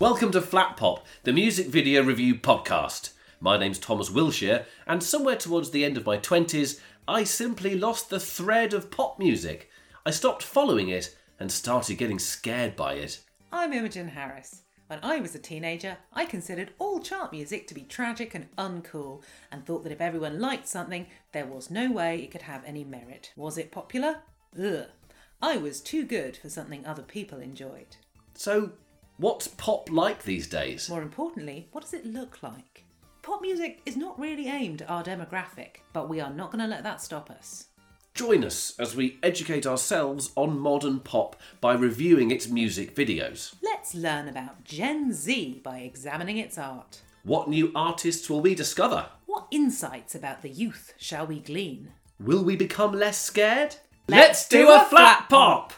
Welcome to Flat Pop, the music video review podcast. My name's Thomas Wilshire, and somewhere towards the end of my 20s, I simply lost the thread of pop music. I stopped following it and started getting scared by it. I'm Imogen Harris. When I was a teenager, I considered all chart music to be tragic and uncool, and thought that if everyone liked something, there was no way it could have any merit. Was it popular? Ugh. I was too good for something other people enjoyed. So, what's pop like these days? More importantly, what does it look like? Pop music is not really aimed at our demographic, but we are not going to let that stop us. Join us as we educate ourselves on modern pop by reviewing its music videos. Let's learn about Gen Z by examining its art. What new artists will we discover? What insights about the youth shall we glean? Will we become less scared? Let's do a flat pop!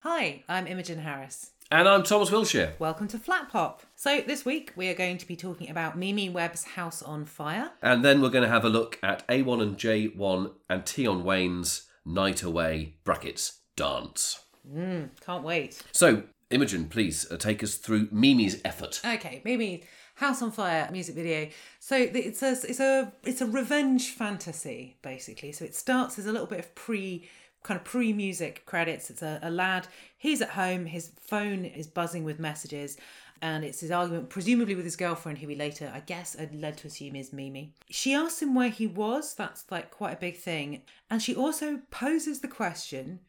Hi, I'm Imogen Harris. And I'm Thomas Wilshire. Welcome to Flat Pop. So, this week we are going to be talking about Mimi Webb's House on Fire. And then we're going to have a look at A1 and J1 and Tion Wayne's Night Away brackets dance. Can't wait. So, Imogen, please uh, take us through Mimi's effort. Okay, Mimi House on Fire music video. So th- it says it's a it's a revenge fantasy basically. So it starts as a little bit of pre kind of pre music credits. It's a, a lad. He's at home. His phone is buzzing with messages. And it's his argument, presumably with his girlfriend, who we later, I guess, are led to assume is Mimi. She asks him where he was. That's like quite a big thing. And she also poses the question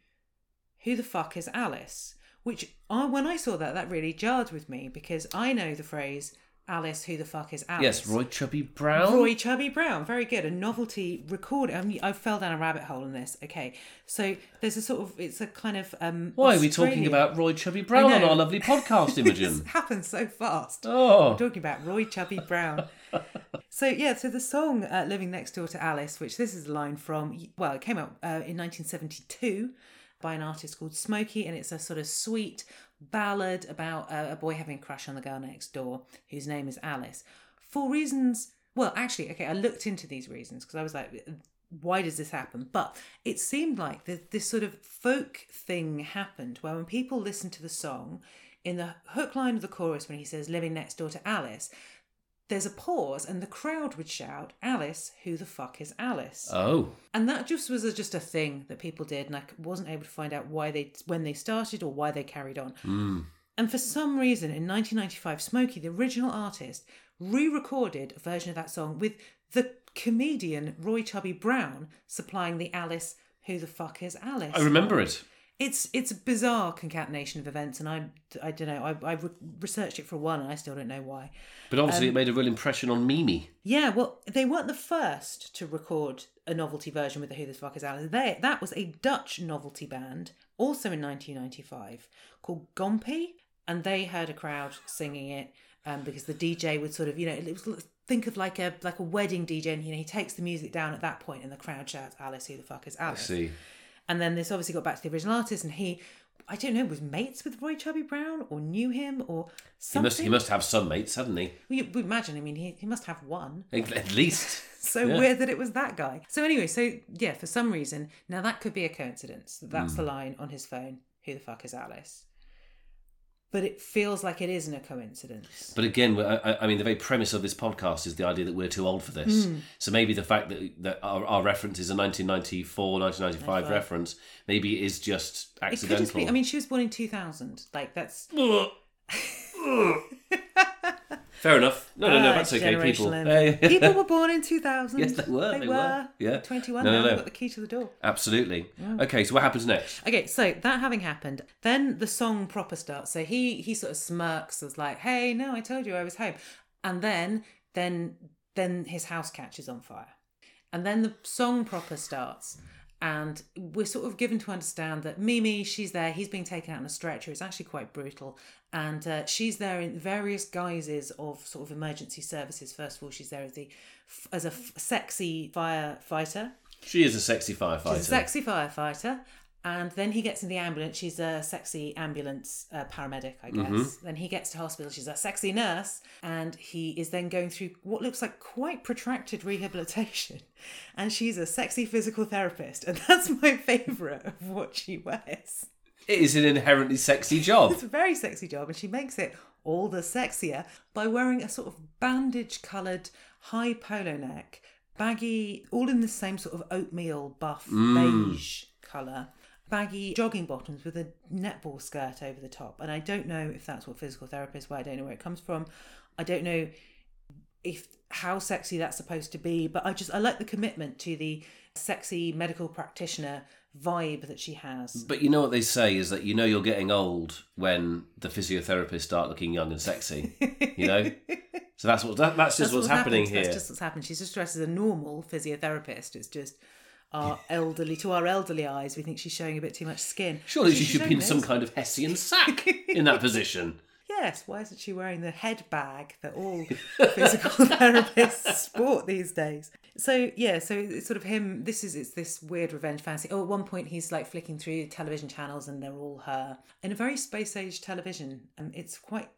who the fuck is Alice? Which I, when I saw that, that really jarred with me because I know the phrase Alice, who the fuck is Alice? Yes, Roy Chubby Brown. Roy Chubby Brown, very good. A novelty record. I, mean, I fell down a rabbit hole in this. Okay, so there's a sort of, it's a kind of. Um, Why are we Australian- talking about Roy Chubby Brown on know. our lovely podcast, This Imogen? happened so fast. oh, We're talking about Roy Chubby Brown. so yeah, so the song uh, "Living Next Door to Alice," which this is a line from, well, it came out uh, in 1972 by an artist called Smokey, and it's a sort of sweet ballad about uh, a boy having a crush on the girl next door, whose name is Alice. For reasons, well, actually, okay, I looked into these reasons because I was like. Why does this happen? But it seemed like the, this sort of folk thing happened where when people listened to the song, in the hook line of the chorus, when he says, living next door to Alice, there's a pause and the crowd would shout, Alice, who the fuck is Alice? oh, and that just was a, just a thing that people did, and I c- wasn't able to find out why they when they started or why they carried on. Hmm. And for some reason, in 1995, Smokey, the original artist, re-recorded a version of that song with the comedian Roy Chubby Brown supplying the Alice, who the fuck is Alice? I remember it. It's it's a bizarre concatenation of events, and I I don't know. I I re- researched it for a while, and I still don't know why. But obviously, Um, it made a real impression on Mimi. Yeah, well, they weren't the first to record a novelty version with the Who the Fuck Is Alice. They that was a Dutch novelty band, also in 1995, called Gompy, and they heard a crowd singing it um, because the DJ would sort of you know it was, think of like a like a wedding DJ, and you know he takes the music down at that point, and the crowd shouts Alice, Who the Fuck Is Alice? See, And then this obviously got back to the original artist, and he, I don't know, was mates with Roy Chubby Brown or knew him or he something. must, he must have some mates, hadn't he? Well, you would imagine, I mean, he, he must have one. At at least. So weird that it was that guy. So anyway, so yeah, for some reason, now that could be a coincidence. that That's the Hmm. line on his phone. Who the fuck is Alice? But it feels like it isn't a coincidence. But again, we're- I, I- I mean, the very premise of this podcast is the idea that we're too old for this. Hmm. So maybe the fact that, that our, our reference is a 1994, 1995 reference, maybe is just It could accidental. just be. I mean, she was born in two thousand. Like that's Fair enough. No, no, no, Ah, that's okay. generational People, envy. Hey. people were born in two thousand. Yes, they were, they were. Yeah. twenty-one. No, no, now no. they've got the key to the door. absolutely. Okay, so what happens next? Okay, so that having happened, then the song proper starts. So he he sort of smirks, is like, "Hey, no, I told you I was home," and then then then his house catches on fire, and then the song proper starts, and we're sort of given to understand that Mimi, she's there, he's being taken out on a stretcher. It's actually quite brutal, and uh, she's there in various guises of sort of emergency services. First of all, she's there as the as a f- sexy firefighter. She is a sexy firefighter. She's a sexy firefighter. And then he gets in the ambulance. She's a sexy ambulance uh, paramedic, I guess. Then he gets to hospital. She's a sexy nurse. And he is then going through what looks like quite protracted rehabilitation. And she's a sexy physical therapist. And that's my favourite of what she wears. It is an inherently sexy job. It's a very sexy job, and she makes it all the sexier by wearing a sort of bandage coloured high polo neck, baggy, all in the same sort of oatmeal buff beige colour, baggy jogging bottoms with a netball skirt over the top. And I don't know if that's what physical therapists wear, I don't know where it comes from. I don't know if how sexy that's supposed to be but i just i like the commitment to the sexy medical practitioner vibe that she has But you know what they say is that you know you're getting old when the physiotherapists start looking young and sexy. You know, so that's what that, that's just That's what's, what happening happened. here. That's just what's happened. She's just dressed as a normal physiotherapist. It's just our elderly, to our elderly eyes, we think she's showing a bit too much skin. Surely she She's should be showing in some this. kind of Hessian sack in that position. Yes, why isn't she wearing the head bag that all physical therapists sport these days? So yeah, so it's sort of him. This is it's this weird revenge fantasy. Oh, at one point he's like flicking through television channels, and they're all her in a very space age television, and it's quite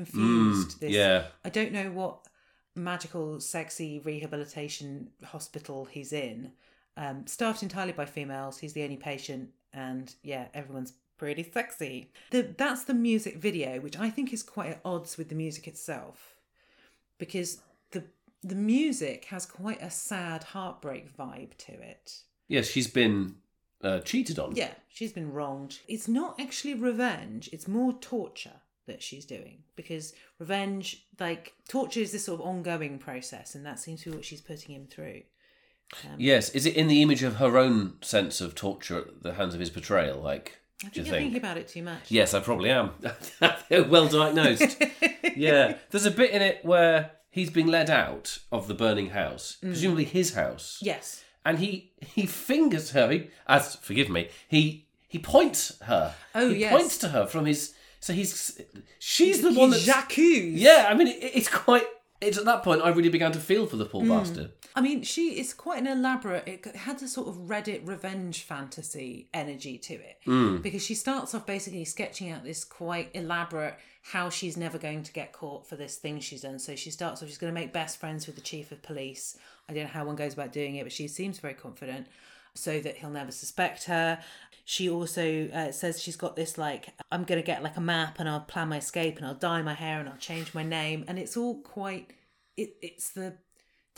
confused. this Mm, Hmm, yeah. I don't know what magical, sexy rehabilitation hospital he's in. Um, staffed entirely by females, he's the only patient, and yeah, everyone's pretty sexy. The, that's the music video, which I think is quite at odds with the music itself, because the the music has quite a sad heartbreak vibe to it. Yes, she's been uh, cheated on. Yeah, she's been wronged. It's not actually revenge, it's more torture that she's doing because revenge, like, torture is this sort of ongoing process, and that seems to be what she's putting him through. Um, Yes, is it in the image of her own sense of torture at the hands of his betrayal? Like, do I you think you're think? thinking about it too much. Yes, I probably am. well diagnosed. yeah, there's a bit in it where he's being led out of the burning house, Mm. presumably his house. Yes. and he he fingers her. He, as forgive me, he he points her. Oh, he yes. points to her from his. So he's she's the He's one that. Jacques. Yeah, I mean it, it's quite. It's at that point I really began to feel for the Hmm. poor bastard. I mean, she is quite an elaborate. It had a sort of Reddit revenge fantasy energy to it because she starts off basically sketching out this quite elaborate how she's never going to get caught for this thing she's done. So she starts off. She's going to make best friends with the chief of police. I don't know how one goes about doing it, but she seems very confident, so that he'll never suspect her. She also uh, says she's got this like I'm going to get like a map and I'll plan my escape and I'll dye my hair and I'll change my name and it's all quite. It, it's the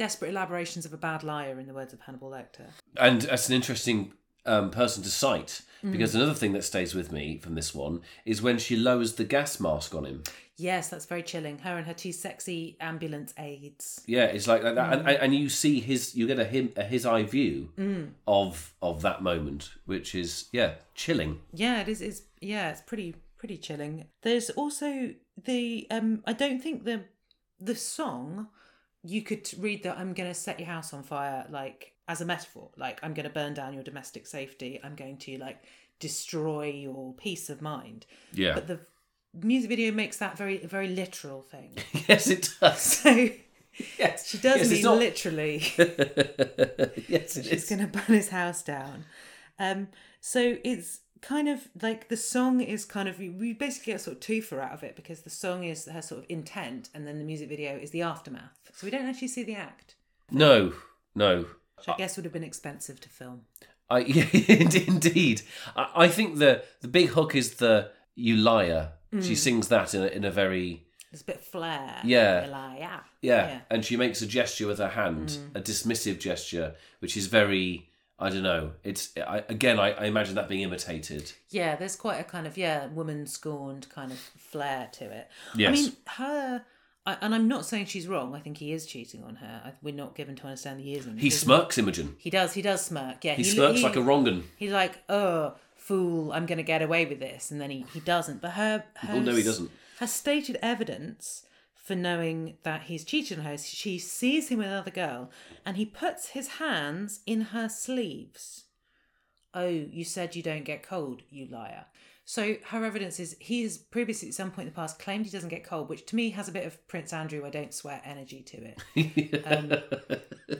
Desperate elaborations of a bad liar, in the words of Hannibal Lecter. And that's an interesting um, person to cite Hmm. because another thing that stays with me from this one is when she lowers the gas mask on him. Yes, that's very chilling. Her and her two sexy ambulance aides. Yeah, it's like that, and, Hmm. and and you see his, you get a him a his eye view of of that moment, which is yeah chilling. Yeah, it is. It's, yeah, it's pretty pretty chilling. There's also the um. I don't think the the song you could read that I'm going to set your house on fire like as a metaphor. Like I'm going to burn down your domestic safety. I'm going to like destroy your peace of mind. Yeah, But the music video makes that very very literal thing. yes, it does. So. Yes, She does yes, mean it's not- literally. yes, it She's is. going to burn his house down. Um, so it's kind of like the song is kind of we basically get sort of twofer out of it because the song is her sort of intent, and then the music video is the aftermath. So we don't actually see the act, No, no. which I guess would have been expensive to film. I yeah, indeed. I, I think the the big hook is the you liar. She sings that in a, in a very There's a bit of flair. Yeah. Like, yeah. yeah, Yeah. and she makes a gesture with her hand, a dismissive gesture, which is very I don't know. It's I, again I, I imagine that being imitated. Yeah, there's quite a kind of yeah, woman scorned kind of flair to it. Yes. I mean, her, I, and I'm not saying she's wrong. I think he is cheating on her. I, we're not given to understand the years. in He this. smirks Imogen. He does. He does smirk. Yeah, He, smirks like a wrongan. He's like, oh, fool, I'm going to get away with this. And then he, he doesn't. But her, her. Oh no, he doesn't. Her stated evidence for knowing that he's cheated on her is she sees him with another girl and he puts his hands in her sleeves. Oh, you said you don't get cold, you liar. So her evidence is he has previously at some point in the past claimed he doesn't get cold, which to me has a bit of Prince Andrew I don't sweat energy to it. Um,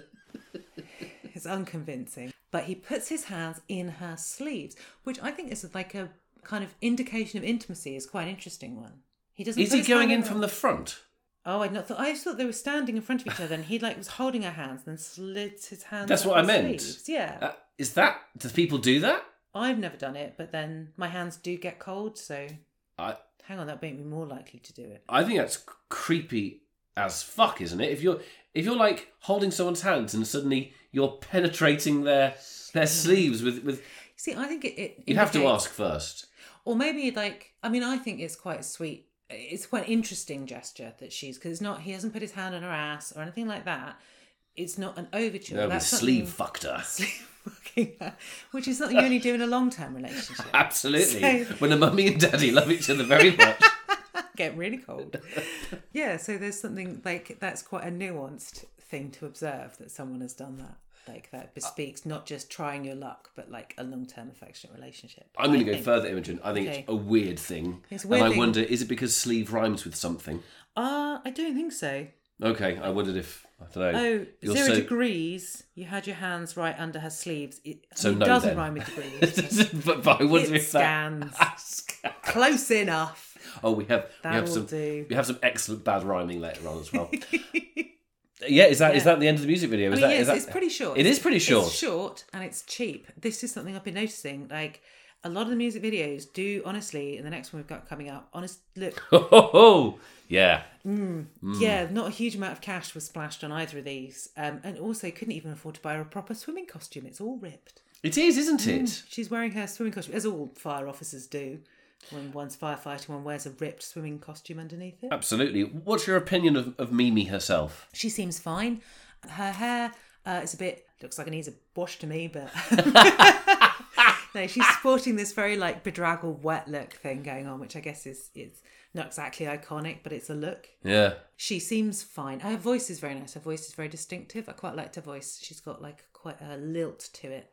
it's unconvincing. but he puts his hands in her sleeves, which I think is like a kind of indication of intimacy. is quite an interesting one. He doesn't. Is put he his going hand in from the front? Oh, I not thought. I just thought they were standing in front of each other, and he like was holding her hands, and then slid his hands. That's up what I her meant. sleeves. Yeah, Uh, is that do people do that? I've never done it, but then my hands do get cold, so I hang on, that would make me more likely to do it. I think that's c- creepy as fuck, isn't it? If you're if you're like holding someone's hands and suddenly you're penetrating their their Hmm. sleeves with with See, I think it. it you have to indicates- ask first. or maybe like I mean, I think it's quite sweet. It's quite an interesting gesture that she's because it's not. He hasn't put his hand on her ass or anything like that. It's not an overture. No, we That's sleeve something- fucked her. sleeve fucking her, which is something you only do in a long-term relationship. Absolutely. So- When a mummy and daddy love each other very much. get really cold. yeah, so there's something like that's quite a nuanced thing to observe that someone has done that. Like that bespeaks not just trying your luck, but like a long term affectionate relationship. I'm going to I go think. further, Imogen. I think Okay. it's a weird thing. It's a weird and I thing. wonder, is it because sleeve rhymes with something? Ah, I don't think so. Okay, I wondered if, I don't know. Oh, You're zero so- degrees. You had your hands right under her sleeves. It, So it no, doesn't then. rhyme with degrees. but, but I wonder it if that. scans. Close enough. Oh, we have we That have will some do. we have some excellent bad rhyming later on as well. yeah, is that is that the end of the music video? I Is mean, that, yes, is that- it's pretty short. It is pretty short. It's short and it's cheap. This is something I've been noticing. Like a lot of the music videos do, honestly, and the next one we've got coming up, honest look, Ho, ho, ho. Yeah, yeah, not a huge amount of cash was splashed on either of these, um, and also couldn't even afford to buy her a proper swimming costume. It's all ripped. it is, isn't it? She's wearing her swimming costume, as all fire officers do. When one's firefighting, one wears a ripped swimming costume underneath it. Absolutely. What's your opinion of, of Mimi herself? She seems fine. Her hair uh, is a bit looks like it needs a wash to me, but no, she's sporting this very like bedraggled wet look thing going on, which I guess is is not exactly iconic, but it's a look. Yeah, She seems fine. Her voice is very nice. Her voice is very distinctive. I quite liked her voice. She's got like quite a lilt to it.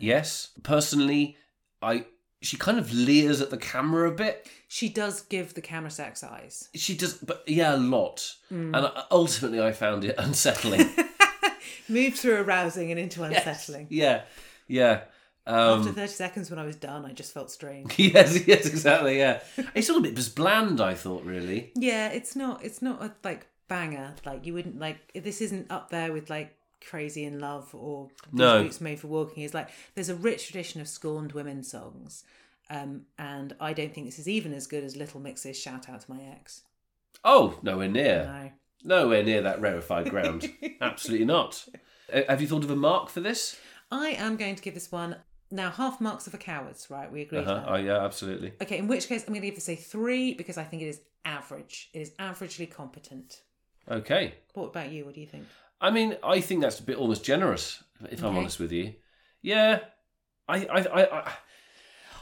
yes. Personally, I she kind of leers at the camera a bit. She does give the camera sex eyes. She does, but yeah, a lot. Mm. And I- ultimately, I found it unsettling. Moved through arousing and into unsettling. yeah, yeah. After 30 seconds when I was done, I just felt strange. Yes, yes, exactly. Yeah, it's all a bit just bland. I thought, really. Yeah, it's not it's not a like banger. Like you wouldn't like this isn't up there with like Crazy in Love or These No. Boots Made for Walking. It's like there's a rich tradition of scorned women songs. Um, and I don't think this is even as good as Little Mix's Shout Out to My Ex. Oh, nowhere near, No. nowhere near that rarefied ground. Absolutely not. Uh, Have you thought of a mark for this? I am going to give this one now half marks are for cowards, right? We agreed Uh-huh. on that. Oh, yeah, absolutely. Okay, in which case I'm gonna give this a three because I think it is average. It is averagely competent. Okay. What about you? What do you think? I mean, I think that's a bit almost generous, if I'm Okay. honest with you. Yeah, I, I, I, I,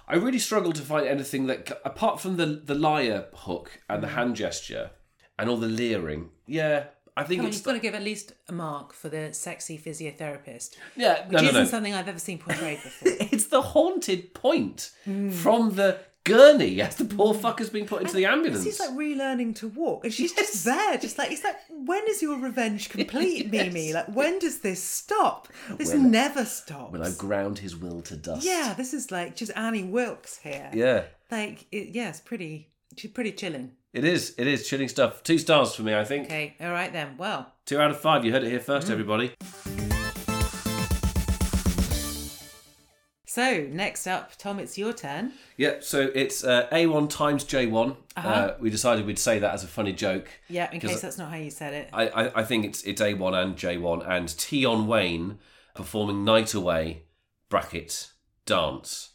I really struggle to find anything that, apart from the the liar hook and the hand gesture and all the leering. Yeah, I think Come on, it's you've got to give at least a mark for the sexy physiotherapist, yeah. which No, no, no. isn't something I've ever seen portrayed before. it's the haunted point from the gurney as the poor fucker's been put into Hmm. the ambulance. She's like relearning to walk, and she's just there, just like it's like, when is your revenge complete, Mimi? Like, when does this stop? This never stops. when I ground his will to dust. yeah, this is like just Annie Wilkes here. Yeah. Like, it, yeah, it's pretty. She's pretty chilling. It is. It is chilling stuff. Two stars for me, I think. Okay, Mm. all right then. Well, Two out of five. You heard it here first, everybody. so next up, Tom, it's your turn. Yep. So it's uh, A1 times J1. uh we decided we'd say that as a funny joke. Uh-huh. Yeah, in 'Cause case that's not how you said it. I, I, I think it's it's A1 and J1 and Tion Wayne performing Night Away brackets dance.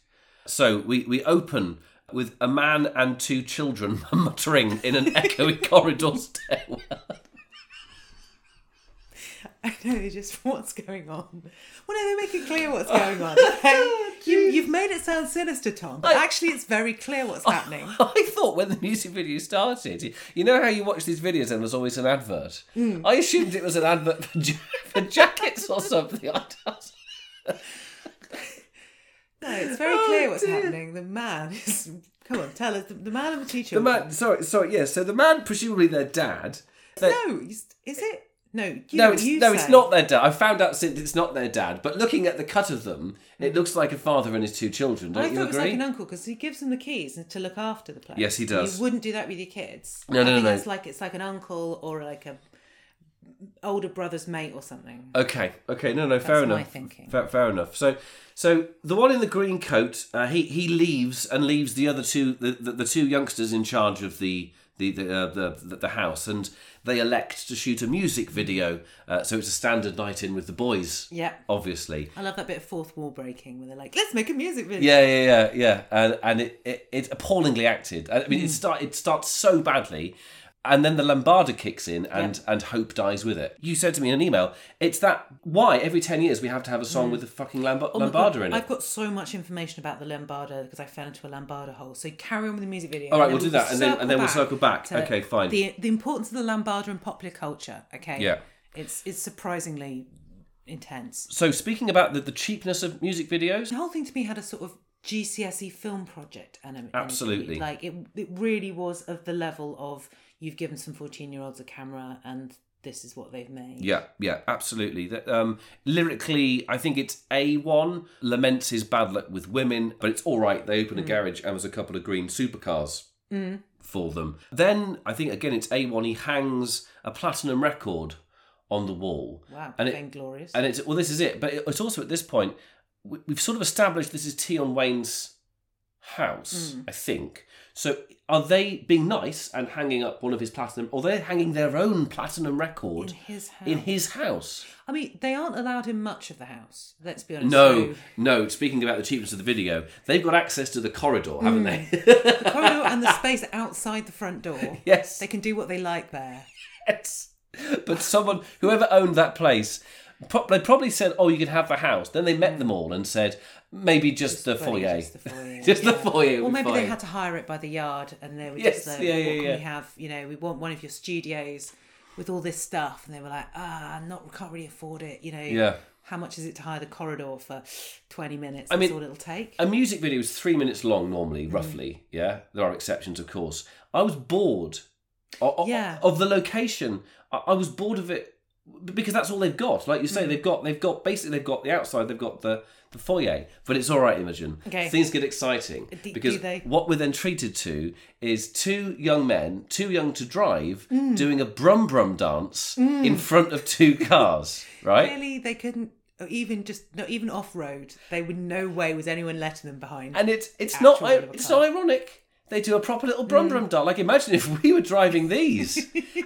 So we, we open with a man and two children muttering in an echoey corridor stairwell. I know just what's going on. Well, no, they make it clear what's going on. Oh, Like, you, you've made it sound sinister, Tom, but actually, it's very clear Oh. what's happening. I thought when the music video started, you know how you watch these videos and there's always an advert. I assumed it was an advert for, ja- for jackets or something. I don't- No, it's very clear what's Oh, dear. happening. The man is. Come on, tell us. The, the man and the teacher. The man, sorry, sorry, yeah. So the man, presumably their dad. they- No, he's- is it? No, you No, know it's, what you no, say. it's not their dad. I found out since it's not their dad, but looking at the cut of them, it looks like a father and his two children. Don't I you thought it was agree? like an uncle because he gives them the keys to look after the place. Yes, he does. You wouldn't do that with your kids. No, I no, no, think no. It's like it's like an uncle or like a older brother's mate or something. Okay, okay, no, no, fair That's my enough. thinking. Fair, fair enough. So, so the one in the green coat, uh, he he leaves and leaves the other two, the, the, the two youngsters in charge of the the the, uh, the the the house, and they elect to shoot a music video. Uh, so it's a standard night in with the boys, Yeah, obviously. I love that bit of fourth wall breaking where they're like, "Let's make a music video." Yeah, yeah, yeah, yeah, and and it, it it's appallingly acted. I Mm. mean, it start it starts so badly, and then the Lombarda kicks in, and and hope dies with it. You said to me in an email, it's that why every ten years we have to have a song with the fucking Lamb- Mm. Oh my Lombarda God, in I've it. got so much information about the Lombarda because I fell into a Lombarda hole. So carry on with the music video. All right, and we'll then do that, and then and then we'll circle back. to Okay, fine. The the importance of the Lombarda in popular culture. Okay. Yeah. It's it's surprisingly intense. so speaking about the, the cheapness of music videos, The whole thing to me had a sort of GCSE E film project and Absolutely. like it it really was of the level of you've given some 14 year olds a camera and this is what they've made. Yeah, yeah, absolutely. That um, lyrically, I think it's a one laments his bad luck with women, but it's all right. They open a garage and there's a couple of green supercars for them. Then I think again it's a one. He hangs a platinum record on the wall, Wow, And it- vainglorious. and it's well, this is it. But it- it's also at this point we- we've sort of established this is Tion Wayne's house, Mm. I think. So are they being nice and hanging up one of his platinum, or they're hanging their own platinum in record? his house. In his house. I mean, they aren't allowed in much of the house. Let's be honest. No, So no. Speaking about the cheapness of the video, they've got access to the corridor, haven't Mm. they? the corridor and the space outside the front door. yes, They can do what they like there. yes. But someone, whoever owned that place, pro- they probably said, "Oh, you can have the house." Then they met them all and said, "Maybe just, the Bloody foyer." Mm. Just the foyer. Just the yeah. foyer Or would be maybe they fine. had to hire it by the yard and they were Yes, just like, yeah, what yeah, can yeah. we have? You know, we want one of your studios with all this stuff. And they were like, ah, not can't really afford it. You know, Yeah. how much is it to hire the corridor for 20 minutes? mean- That's all it'll take. A music video is three minutes long normally, Mm. roughly. Yeah, there are exceptions, of course. I was bored. o- o- Yeah. Of the location, I I was bored of it because that's all they've got. Like you Mm. say, they've got they've got basically they've got the outside, they've got the the foyer. But it's all right, Imogen. Okay. Things get exciting do because they? what we're then treated to is two young men, too young to drive, Mm. doing a brum brum dance in front of two cars. right. Clearly, they couldn't, or even just, not even off road, they would no way was anyone letting them behind. and it's it's actual Mm. not one of a it's car. not ironic. They do a proper little brum brum dance. Like imagine if we were driving these,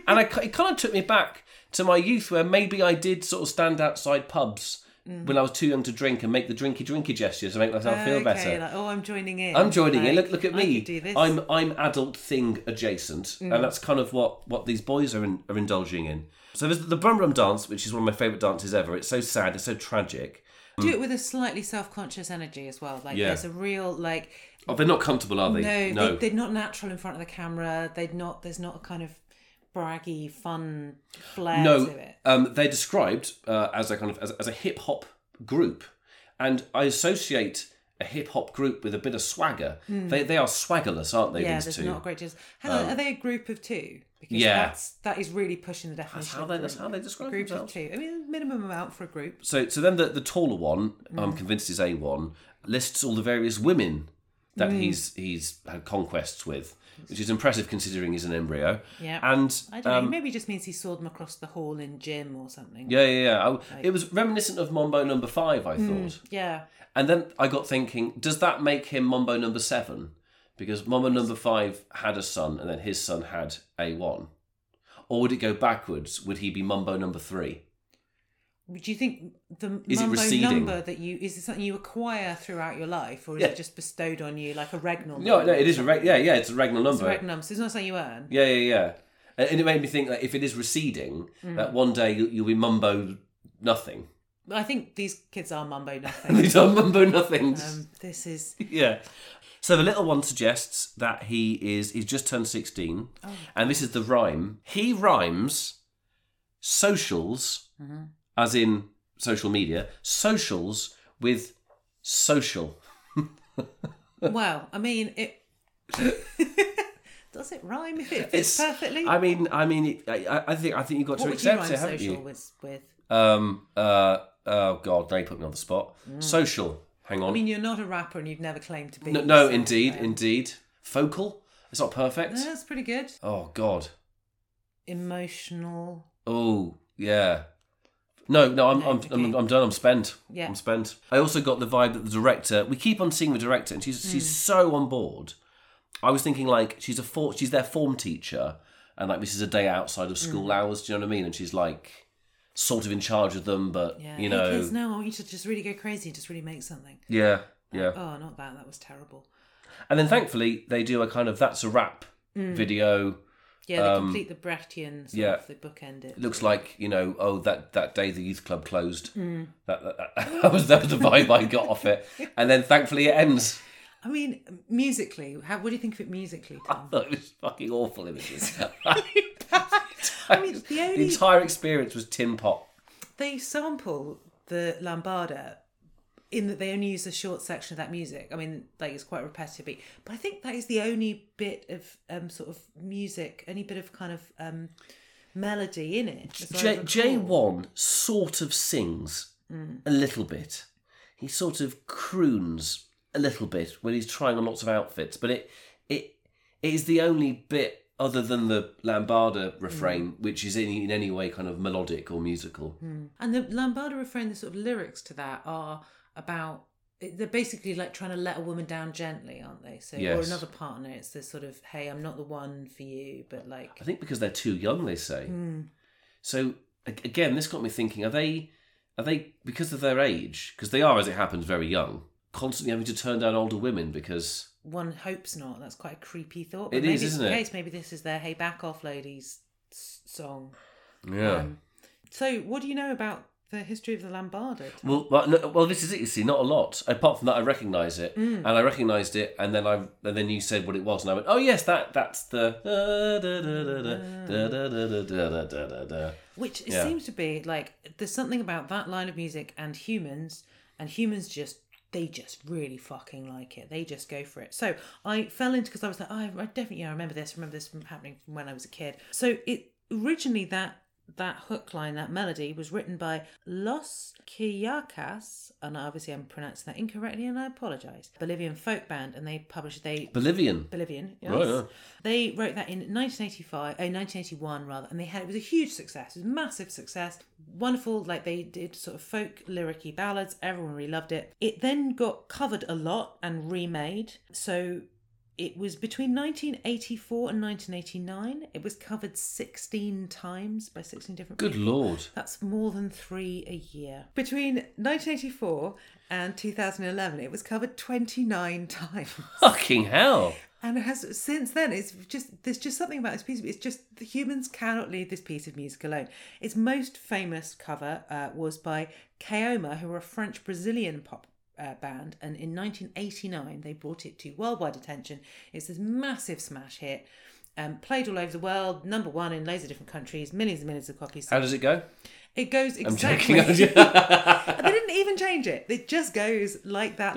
and I, ki- it kind of took me back to my youth where maybe I did sort of stand outside pubs when I was too young to drink and make the drinky drinky gestures to make myself feel Mm. okay, better. Like, oh, I'm joining in. I'm joining in. Like, Look, look at I me. could do this. Mm. I'm I'm adult thing adjacent, and that's kind of what what these boys are in, are indulging in. So there's the brum brum dance, which is one of my favourite dances ever. It's so sad. It's so tragic. do it with a slightly self-conscious energy as well. Like Yeah. there's a real like Oh, they're not comfortable, are they? no, They, they're not natural in front of the camera. They're not. There's not a kind of braggy, fun flair No, to it. um, they're described uh, as a kind of as, as a hip hop group, and I associate a hip hop group with a bit of swagger. They they are swaggerless, aren't they? Hmm. Yeah, these there's two. Um, not a great. Just, hang on, are they a group of two? Because Yeah. that's that is really pushing the definition. That's how of they group. that's how they describe group of themselves. two. I mean, minimum amount for a group. So so then the the taller one, I'm Hmm. convinced is a one, lists all the various women that Hmm. he's he's had conquests with, which is impressive considering he's an embryo. Yeah. and um, I don't know. Maybe it just means he saw them across the hall in gym or something. yeah yeah yeah, I, it was reminiscent of Mombo number five, I Hmm. thought. Yeah. And then I got thinking, does that make him Mumbo number seven? Because Mumbo number five had a son and then his son had A1. Or would it go backwards? Would he be Mumbo number three? Do you think the Is it mumbo receding? number that you is it something you acquire throughout your life, or is Yeah. it just bestowed on you like a regnal? No, number no, it is a or reg- yeah, yeah, it's a regnal number. something? It's a regnum, so it's not something you earn. Yeah, yeah, yeah. And and it made me think that if it is receding, Mm. that one day you- you'll be Mumbo nothing. But I think these kids are mumbo nothing. These are Mumbo nothings. um, this is yeah. So the little one suggests that he is he's just turned sixteen, Oh. and this is the rhyme. He rhymes socials, Mm-hmm. as in social media, socials with social. well. I mean, it Does it rhyme if it fits perfectly? I mean, I mean, it- I, I think I think you've got what to would you accept rhyme it, haven't social you? with, with? Um. Uh. Oh God, now you put me on the spot. Social. Hang on. Mm. I mean, you're not a rapper and you've never claimed to be. no, no, so, indeed, uh, indeed. Focal. It's not perfect. no, that's pretty good. Oh God. Emotional. Oh yeah. No, no, I'm, I'm, Okay. I'm, I'm done. I'm spent. Yeah. I'm spent. I also got the vibe that the director. We keep on seeing the director, and Hmm. she's she's so on board. I was thinking like she's a for, she's their form teacher, and like this is a day outside of Hmm. school hours. Do you know what I mean? And she's like sort of in charge of them, but Yeah. you Hey, know, kids, no, I want you to just really go crazy and just really make something. yeah, yeah. Oh, not that. That was terrible. And then thankfully they do a kind of that's a wrap Hmm. video. Yeah, they complete the Brechtian. Sort Um, yeah. Of, they bookend it. It looks like you know, oh that that day the youth club closed. Hmm. That, that, that, that was that was the vibe I got off it. And then thankfully it ends. I mean, musically, how, what do you think of it musically, Tom? Look, it was fucking awful images. I mean, the the only entire experience was tin pot. they sample the lambada in that they only use a short section of that music. I mean, like it's quite repetitive, but- but I think that is the only bit of um, sort of music, any bit of kind of um, melody in it. as I J recall. J one sort of sings Hmm. a little bit. He sort of croons a little bit when he's trying on lots of outfits, but it it, it is the only bit other than the lambada Hmm. refrain which is in, in any way kind of melodic or musical. And the lambada refrain, the sort of lyrics to that are about they're basically like trying to let a woman down gently, aren't they? So or Yes. another partner, it's this sort of hey, I'm not the one for you, but like I think because they're too young, they say. So a- again, this got me thinking: Are they, are they because of their age? Because they are, as it happens, very young. Constantly having to turn down older women because one hopes not. That's quite a creepy thought. It maybe is, it's isn't the it? Case. Maybe this is their "Hey Back Off, Ladies" s- song. yeah. Um, so, what do you know about the history of the lambada? well, well, no, well, this is it. You see, not a lot. Apart from that, I recognised it, and I recognised it, and then I, and then you said what it was, and I went, "Oh yes, that that's the." da, da, da, da, da, da, da, da, da, da, da, da." Which it Yeah. seems to be like there's something about that line of music and humans, and humans just they just really fucking like it. They just go for it. So I fell into because I was like, oh, I I definitely yeah, I remember this. Remember this from happening from when I was a kid. So it originally that that hook line, that melody was written by Los Quillacas, and obviously I'm pronouncing that incorrectly, and I apologize. Bolivian folk band, and they published they Bolivian. Bolivian. Yes. Right, yeah. They wrote that in 1985, uh, 1981 rather, and they had it was a huge success. It was a massive success. Wonderful, like they did sort of folk lyricy ballads. Everyone really loved it. It then got covered a lot and remade. So it was between 1984 and 1989. It was covered 16 times by 16 different Good people. lord. That's more than three a year. Between 1984 and 2011, it was covered 29 times. Fucking hell. And it has since then, it's just there's just something about this piece. of It's just the humans cannot leave this piece of music alone. Its most famous cover uh, was by Kaoma, who are a French Brazilian pop. Uh, band and in 1989 they brought it to worldwide attention. It's this massive smash hit, um, played all over the world, number one in loads of different countries, millions and millions of copies. How does it go? It goes I'm exactly. joking. They didn't even change it. It just goes like that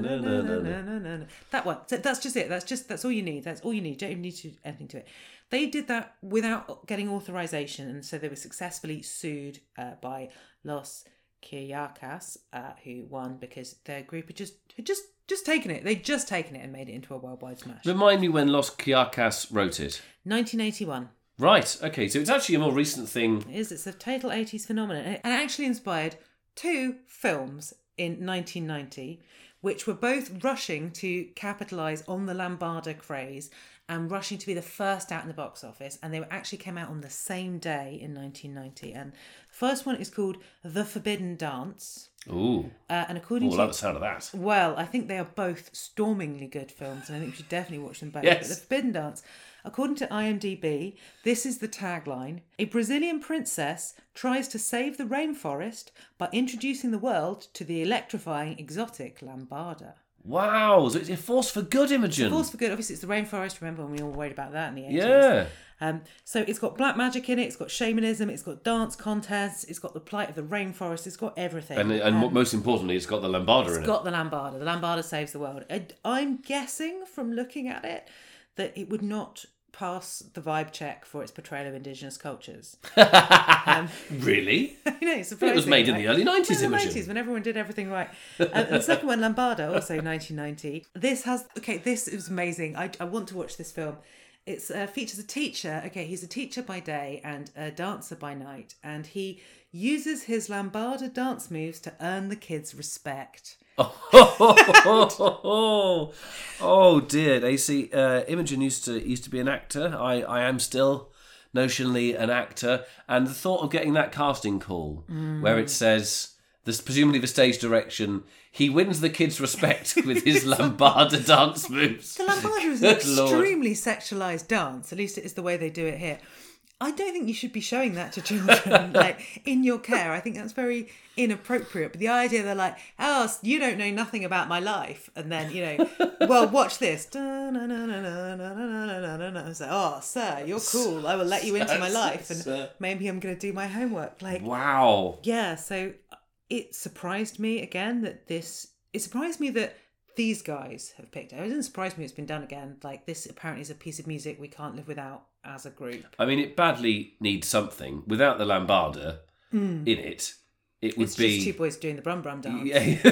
line. that one. So that's just it. That's just that's all you need. That's all you need. Don't even need to do anything to it. They did that without getting authorization, and so they were successfully sued uh, by Los Kyriakos, uh, who won because their group had just had just just taken it. They'd just taken it and made it into a worldwide smash. Remind me when Los Quiacas wrote it. 1981. Right, okay, so it's actually a more recent thing. It is. It's a total 80s phenomenon. And it actually inspired two films in 1990, which were both rushing to capitalise on the Lambada craze and rushing to be the first out in the box office. And they were- actually came out on the same day in 1990. And the first one is called The Forbidden Dance. Ooh, Uh, and according oh, I to like the sound of that. well, I think they are both stormingly good films, and I think we should definitely watch them both. Yes. But The Forbidden Dance, according to IMDb, this is the tagline A Brazilian princess tries to save the rainforest by introducing the world to the electrifying exotic lambada. Wow, so it's a force for good, Imogen. Force for good, obviously, it's the rainforest, remember when we all worried about that in the 80s? yeah, Um, so it's got black magic in it, it's got shamanism, it's got dance contests, it's got the plight of the rainforest, it's got everything. Um, and, and mo- most importantly, Um, it's got the lambada in It's got the Lambada. The Lambada saves the world. And I'm guessing from looking at it that it would not pass the vibe check for its portrayal of indigenous cultures. really? I know, it's It was made in surprising, the right? early 90s, In the Imogen. 90s, when everyone did everything right. Um, and the second one, Lambada, also 1990. This has, okay, this is amazing. I, I want to watch this film. It's uh, features a teacher. Okay, he's a teacher by day and a dancer by night, and he uses his lambada dance moves to earn the kids' respect. oh, dear, AC. Uh, Imogen used to used to be an actor. I, I am still notionally an actor, and the thought of getting that casting call where it says this presumably the stage direction. He wins the kids' respect with his lambada dance moves. The lambada is an Good Lord. extremely sexualized dance. At least it is the way they do it here. I don't think you should be showing that to children, like in your care. I think that's very inappropriate. But the idea they're like, "Oh, you don't know nothing about my life," and then you know, well, watch this. Da-na-na-na-na-na-na-na-na-na. It's like, oh, sir, you're cool. I will let you into my life, and sir. maybe I'm going to do my homework. Like, Wow. yeah, so uh, it surprised me again that this. It surprised me that these guys have picked it. It didn't surprise me it's been done again. Like, this apparently is a piece of music we can't live without as a group. I mean, it badly needs something. Without the lambada in it, it would Hmm. It's be. just two boys doing the brum brum dance. yeah,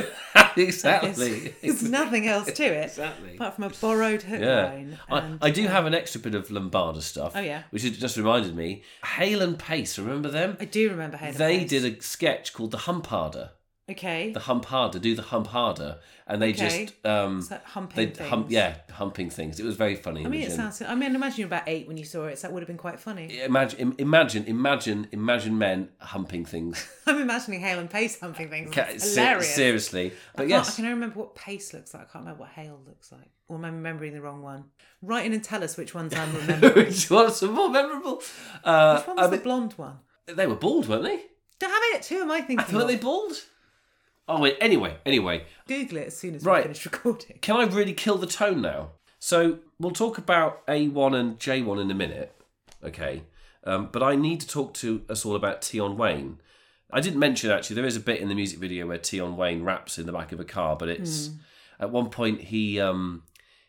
There's, exactly. there's nothing else to it. Exactly. Apart from a borrowed hook Yeah, line. I, and- I do have an extra bit of Lombarda stuff. Oh, yeah. which has just reminded me. Hale and Pace, remember them? I do remember Hayden. They Pace. did a sketch called the Hump Harder. Okay. The Hump Harder, do the Hump Harder, and they Okay. just um, It's like they humping hump, things. yeah, humping things. It was very funny. I mean, it sounds. I mean, imagine you're about eight when you saw it. So that would have been quite funny. Imagine, im- imagine, imagine, imagine men humping things. I'm imagining Hale and Pace humping things. Ca- It's se- hilarious. seriously, but I can't- I yes, can only remember what pace looks like. I can't remember what hail looks like. Or am I remembering the wrong one? Write in and tell us which ones I'm remembering. which which was more memorable? Uh, one I was the blonde one? mean, they were bald, weren't they? Damn it! Who am I thinking Weren't of? they bald? Oh wait. Anyway, anyway, Google it as soon as Right. we finish recording. Can I really kill the tone now? So we'll talk about A1 and J1 in a minute, okay? Um, but I need to talk to us all about Tion Wayne. I didn't mention actually there is a bit in the music video where Tion Wayne raps in the back of a car, but it's at one point he um,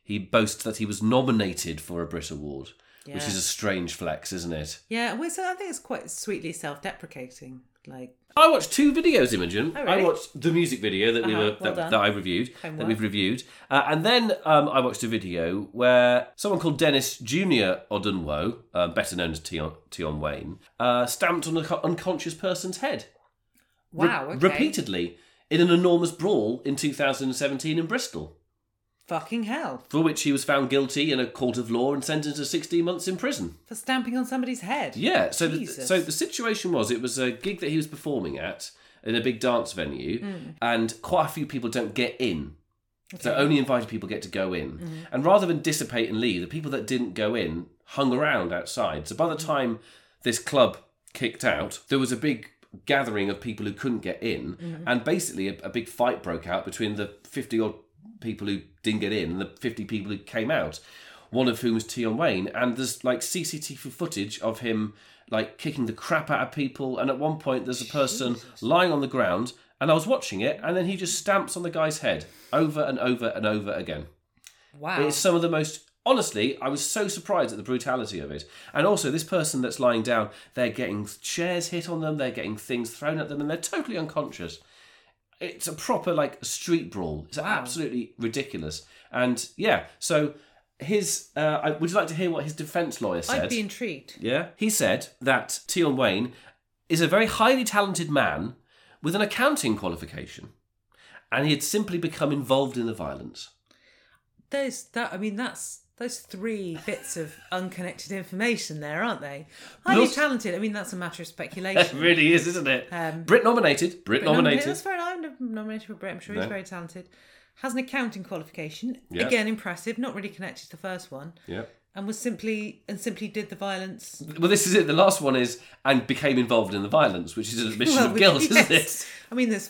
he boasts that he was nominated for a Brit Award, which Yeah. is a strange flex, isn't it? Yeah, well, so I think it's quite sweetly self-deprecating. Like, I watched two videos, Imogen. Oh, really? I watched the music video that we Uh-huh, were well that, done. that I reviewed, that Homework. we've reviewed, uh, and then um, I watched a video where someone called Dennis Junior Odunwo, um, better known as Tion, Tion Wayne, uh, stamped on an unconscious person's head re- wow, okay. repeatedly in an enormous brawl in 2017 in Bristol, Fucking hell. for which he was found guilty in a court of law and sentenced to 16 months in prison. For stamping on somebody's head. Yeah. So the, Jesus. so the situation was it was a gig that he was performing at in a big dance venue, and quite a few people don't get in. So only invited people get to go in. And rather than dissipate and leave, the people that didn't go in hung around outside. So by the time this club kicked out, there was a big gathering of people who couldn't get in, and basically a, a big fight broke out between the fifty odd people who didn't get in and the fifty people who came out. One of whom was Tion Wayne, and there's like CCTV footage of him like kicking the crap out of people. And at one point, there's a person lying on the ground, and I was watching it, and then he just stamps on the guy's head over and over and over again. Wow. It's some of the most. Honestly, I was so surprised at the brutality of it. And also, this person that's lying down, they're getting chairs hit on them, they're getting things thrown at them, and they're totally unconscious. It's a proper, like, street brawl. It's absolutely ridiculous. And yeah, so his. Uh, I, would you like to hear what his defense lawyer said? I'd be intrigued. Yeah. He said that Tion Wayne is a very highly talented man with an accounting qualification, and he had simply become involved in the violence. Those, that, I mean, that's... Those three bits of unconnected information there, aren't they? Highly also- talented. I mean, that's a matter of speculation. really is, isn't it? Um, Brit nominated. Brit But nominated. That's fair. enough. I'm nominated for Brit. I'm sure No. he's very talented. Has an accounting qualification. Yeah. Again, impressive. Not really connected to the first one, Yeah. and was simply and simply did the violence. Well, this is it. The last one is and became involved in the violence, which is an admission of we- guilt, isn't yes. I mean, there's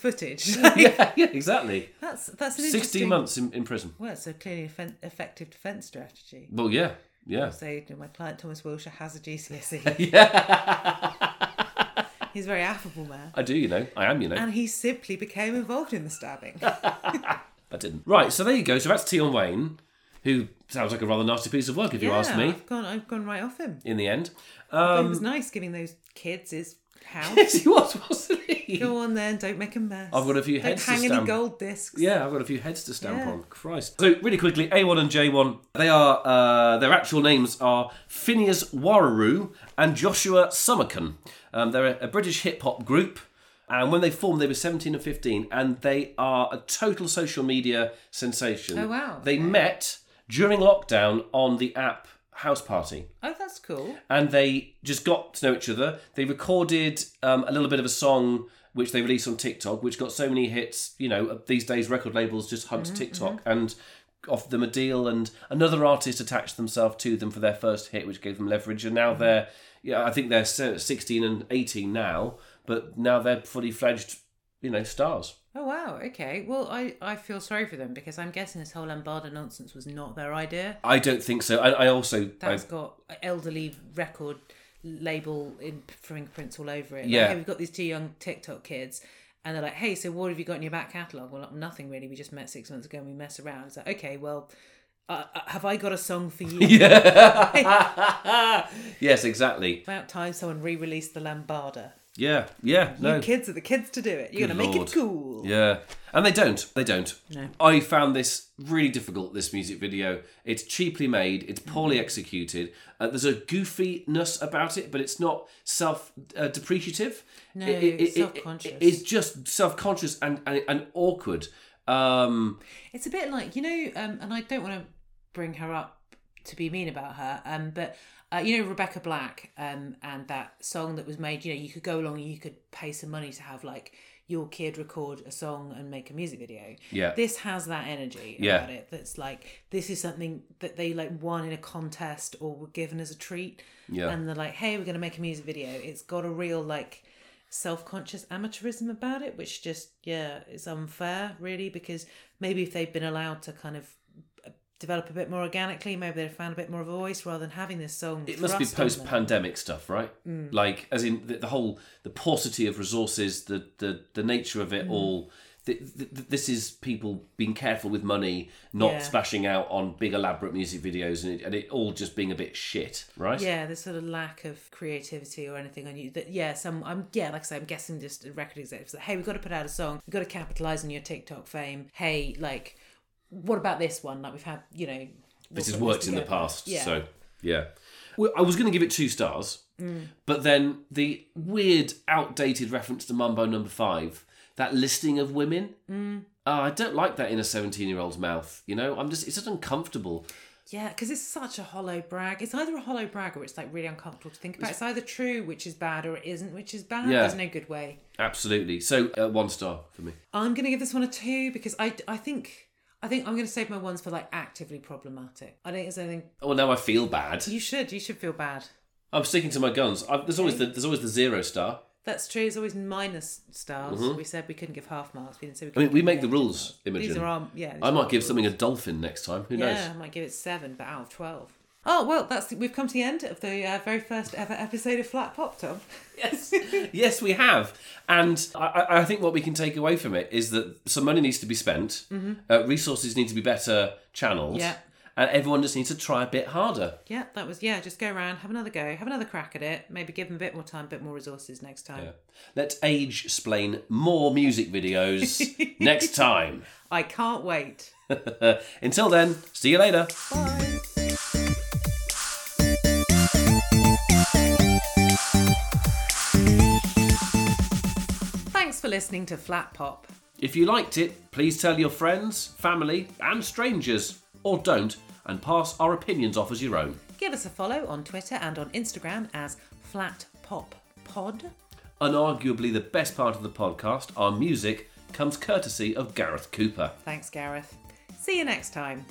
it? footage. yeah, yeah, exactly. that's that's an Sixteen interesting. months in, in prison. Well, so clearly effen- effective defence strategy. Well, yeah, yeah. So you know, my client Thomas Wilshire has a GCSE. E. He's a very affable man. I do, you know. I am, you know. And he simply became involved in the stabbing. I didn't. Right, so there you go. So that's Tion Wayne. who sounds like a rather nasty piece of work, if you ask Yeah, me, I've gone, I've gone right off him. in the end. But Um, it was nice giving those kids his house. yes, he was, wasn't he? Go on then, don't make a mess. I've got a few Don't heads to hang any stamp. gold discs. Yeah, I've got a few heads to stamp Yeah. on. Christ. So really quickly, A1 and J1. They are uh, their actual names are Phineas Warraroo and Joshua Summerkin. Um, they're a, a British hip hop group. And when they formed, they were 17 and 15, and they are a total social media sensation. Oh, wow. They met during lockdown on the app House Party Oh, that's cool. and they just got to know each other. They recorded um, a little bit of a song which they released on TikTok, which got so many hits. You know, these days record labels just hunt TikTok and offer them a deal, and another artist attached themselves to them for their first hit, which gave them leverage. And now they're, yeah, I think they're se- sixteen and eighteen now, but now they're fully fledged, you know, stars. Oh wow, okay. Well, I, I feel sorry for them because I'm guessing this whole Lambada nonsense was not their idea. I don't think so. I, I also, I, That's got elderly record label in fingerprints all over it. Like, Yeah. hey, we've got these two young TikTok kids, and they're like, "Hey, so what have you got in your back catalogue?" Well, nothing really. We just met six months ago and we mess around. It's like, okay, well, uh, uh, have I got a song for you? yeah, yes, exactly. About time someone re-released the Lambada. Yeah, yeah. No, You kids are the kids to do it. You're Good gonna make lord. it cool. Yeah, and they don't. They don't. No. I found this really difficult. This music video. It's cheaply made. It's Mm-hmm. poorly executed. Uh, there's a goofiness about it, but it's not uh, self-depreciative. No, self-conscious. it's just self-conscious and and, and awkward. Um, It's a bit like you know, um, and I don't want to bring her up to be mean about her, um, but uh, you know Rebecca Black um, and that song that was made. You know, you could go along, and you could pay some money to have like your kid record a song and make a music video. Yeah. this has that energy Yeah. about it. That's like this is something that they like won in a contest or were given as a treat. Yeah. and they're like, hey, we're gonna make a music video. It's got a real like self-conscious amateurism about it which just yeah is unfair really because maybe if they'd been allowed to kind of uh, develop a bit more organically maybe they'd found a bit more of a voice rather than having this song it must be thrust on them. post-pandemic stuff, right? Like, as in the, the whole the paucity of resources, the the, the nature of it all. Th- th- th- this is people being careful with money, not Yeah. splashing out on big elaborate music videos, and it, and it all just being a bit shit, right? yeah this sort of lack of creativity or anything on you that yeah some i'm yeah like i say i'm guessing just a record executives like, hey we've got to put out a song we've got to capitalize on your tiktok fame hey like what about this one like we've had you know this has we'll put worked in the together. past, Yeah. so yeah. Well, I was going to give it two stars, Mm. but then the weird, outdated reference to Mumbo Number Five, that listing of women. Mm. Uh, I don't like that in a seventeen-year-old's mouth. You know, I'm just—it's just uncomfortable. Yeah, because it's such a hollow brag. It's either a hollow brag or it's like really uncomfortable to think about. It's either true, which is bad, or it isn't, which is bad. Yeah. There's no good way. Absolutely. So uh, one star for me. I'm gonna give this one a two because I, I think I think I'm gonna save my ones for like actively problematic. I don't think there's anything Oh, now I feel bad. you should you should feel bad. I'm sticking to my guns. I, there's always the there's always the zero star. That's true. It's always minus stars. We said we couldn't give half marks. We didn't say we. Mm-hmm. I mean, Couldn't we give make the negative rules, marks. These Imogen. are our yeah. these I are might our give something a rules. dolphin next time. Who knows? Yeah, I might give it seven, but out of twelve. Oh well, that's we've come to the end of the uh, very first ever episode of Flat Pop Tom. Yes, yes, we have, and I- I, I think what we can take away from it is that some money needs to be spent, uh, resources need to be better channeled, Yeah. and everyone just needs to try a bit harder. Yeah, that was yeah. Just go around, have another go, have another crack at it. Maybe give them a bit more time, a bit more resources next time. Let age explain more music videos next time. I can't wait. Until then, see you later. Thanks for listening to Flat Pop. If you liked it, please tell your friends, family, and strangers, or don't, and pass our opinions off as your own. Give us a follow on Twitter and on Instagram as Flat Pop Pod. Unarguably, the best part of the podcast, our music, comes courtesy of Gareth Cooper. Thanks, Gareth. See you next time.